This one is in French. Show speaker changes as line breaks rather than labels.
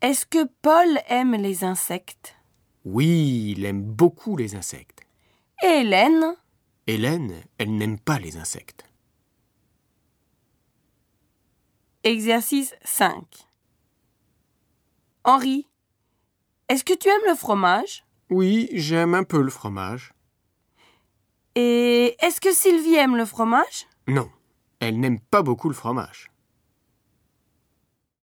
Est-ce que Paul aime les insectes
Oui, il aime beaucoup les insectes.
Et Hélène
Hélène, elle n'aime pas les insectes.
Exercice 5. Henri, est-ce que tu aimes le fromage
Oui, j'aime un peu le fromage.
Et est-ce que Sylvie aime le fromage
Non, elle n'aime pas beaucoup le fromage.